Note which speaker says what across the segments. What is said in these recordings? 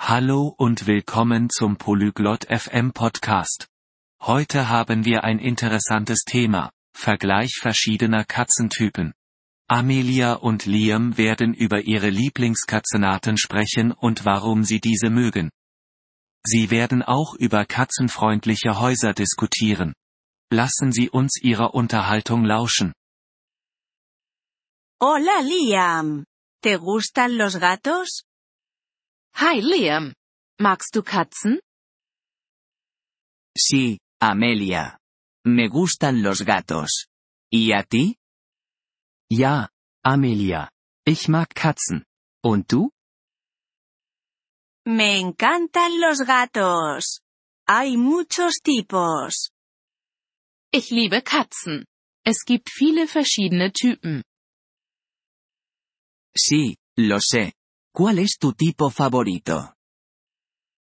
Speaker 1: Hallo und willkommen zum Polyglot FM Podcast. Heute haben wir ein interessantes Thema, Vergleich verschiedener Katzentypen. Amelia und Liam werden über ihre Lieblingskatzenarten sprechen und warum sie diese mögen. Sie werden auch über katzenfreundliche Häuser diskutieren. Lassen Sie uns Ihrer Unterhaltung lauschen.
Speaker 2: Hola Liam. ¿Te gustan los gatos?
Speaker 3: Hi Liam. Magst du Katzen?
Speaker 4: Sí, Amelia. Me gustan los gatos. ¿Y a ti?
Speaker 5: Ja, Amelia. Ich mag Katzen. Und du?
Speaker 2: Me encantan los gatos. Hay muchos tipos.
Speaker 3: Ich liebe Katzen. Es gibt viele verschiedene Typen.
Speaker 4: Sí, lo sé. ¿Cuál es tu tipo favorito?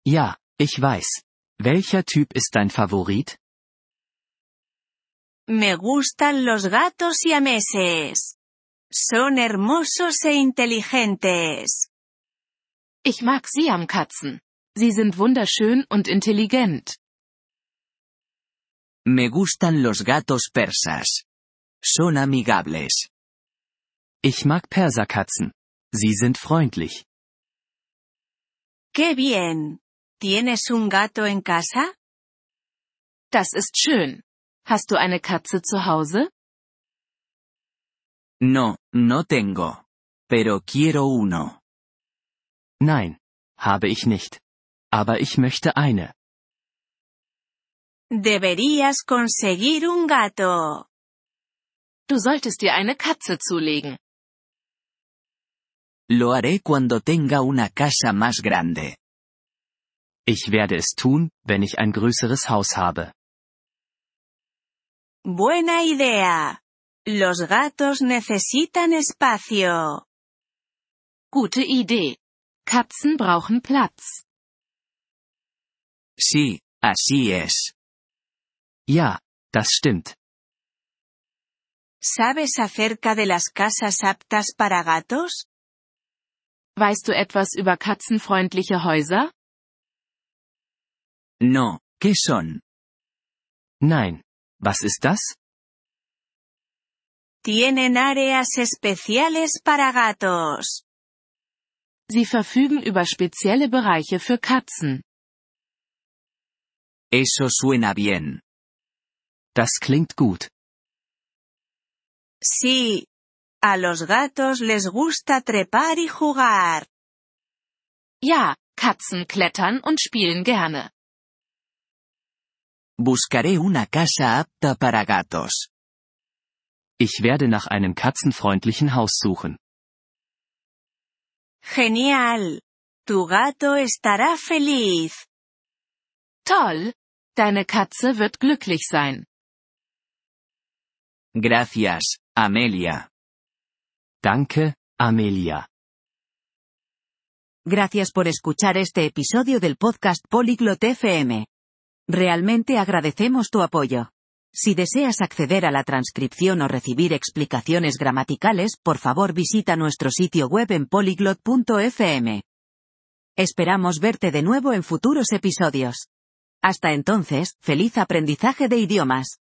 Speaker 5: Ja, ich weiß. Welcher Typ ist dein Favorit?
Speaker 2: Me gustan los gatos y siameses. Son hermosos e inteligentes.
Speaker 3: Ich mag Siamkatzen. Sie sind wunderschön und intelligent.
Speaker 4: Me gustan los gatos persas. Son amigables.
Speaker 5: Ich mag Perserkatzen. Sie sind freundlich.
Speaker 2: ¡Qué bien! ¿Tienes un gato en casa?
Speaker 3: Das ist schön. Hast du eine Katze zu Hause?
Speaker 4: No, no tengo. Pero quiero uno.
Speaker 5: Nein, habe ich nicht. Aber ich möchte eine.
Speaker 2: Deberías conseguir un gato.
Speaker 3: Du solltest dir eine Katze zulegen.
Speaker 4: Lo haré cuando tenga una casa más grande.
Speaker 5: Ich werde es tun, wenn ich ein größeres Haus habe.
Speaker 2: Buena idea. Los gatos necesitan espacio.
Speaker 3: Gute Idee. Katzen brauchen Platz.
Speaker 4: Sí, así es.
Speaker 5: Ja, das stimmt.
Speaker 2: ¿Sabes acerca de las casas aptas para gatos?
Speaker 3: Weißt du etwas über katzenfreundliche Häuser?
Speaker 4: No, ¿qué son?
Speaker 5: Nein. Was ist das?
Speaker 2: Tienen áreas especiales para gatos.
Speaker 3: Sie verfügen über spezielle Bereiche für Katzen.
Speaker 4: Eso suena bien.
Speaker 5: Das klingt gut.
Speaker 2: Sí. A los gatos les gusta trepar y jugar.
Speaker 3: Ja, Katzen klettern und spielen gerne.
Speaker 4: Buscaré una casa apta para gatos.
Speaker 5: Ich werde nach einem katzenfreundlichen Haus suchen.
Speaker 2: Genial. Tu gato estará feliz.
Speaker 3: Toll! Deine Katze wird glücklich sein.
Speaker 4: Gracias, Amelia.
Speaker 5: Danke, Amelia.
Speaker 6: Gracias por escuchar este episodio del podcast Polyglot FM. Realmente agradecemos tu apoyo. Si deseas acceder a la transcripción o recibir explicaciones gramaticales, por favor visita nuestro sitio web en polyglot.fm. Esperamos verte de nuevo en futuros episodios. Hasta entonces, feliz aprendizaje de idiomas.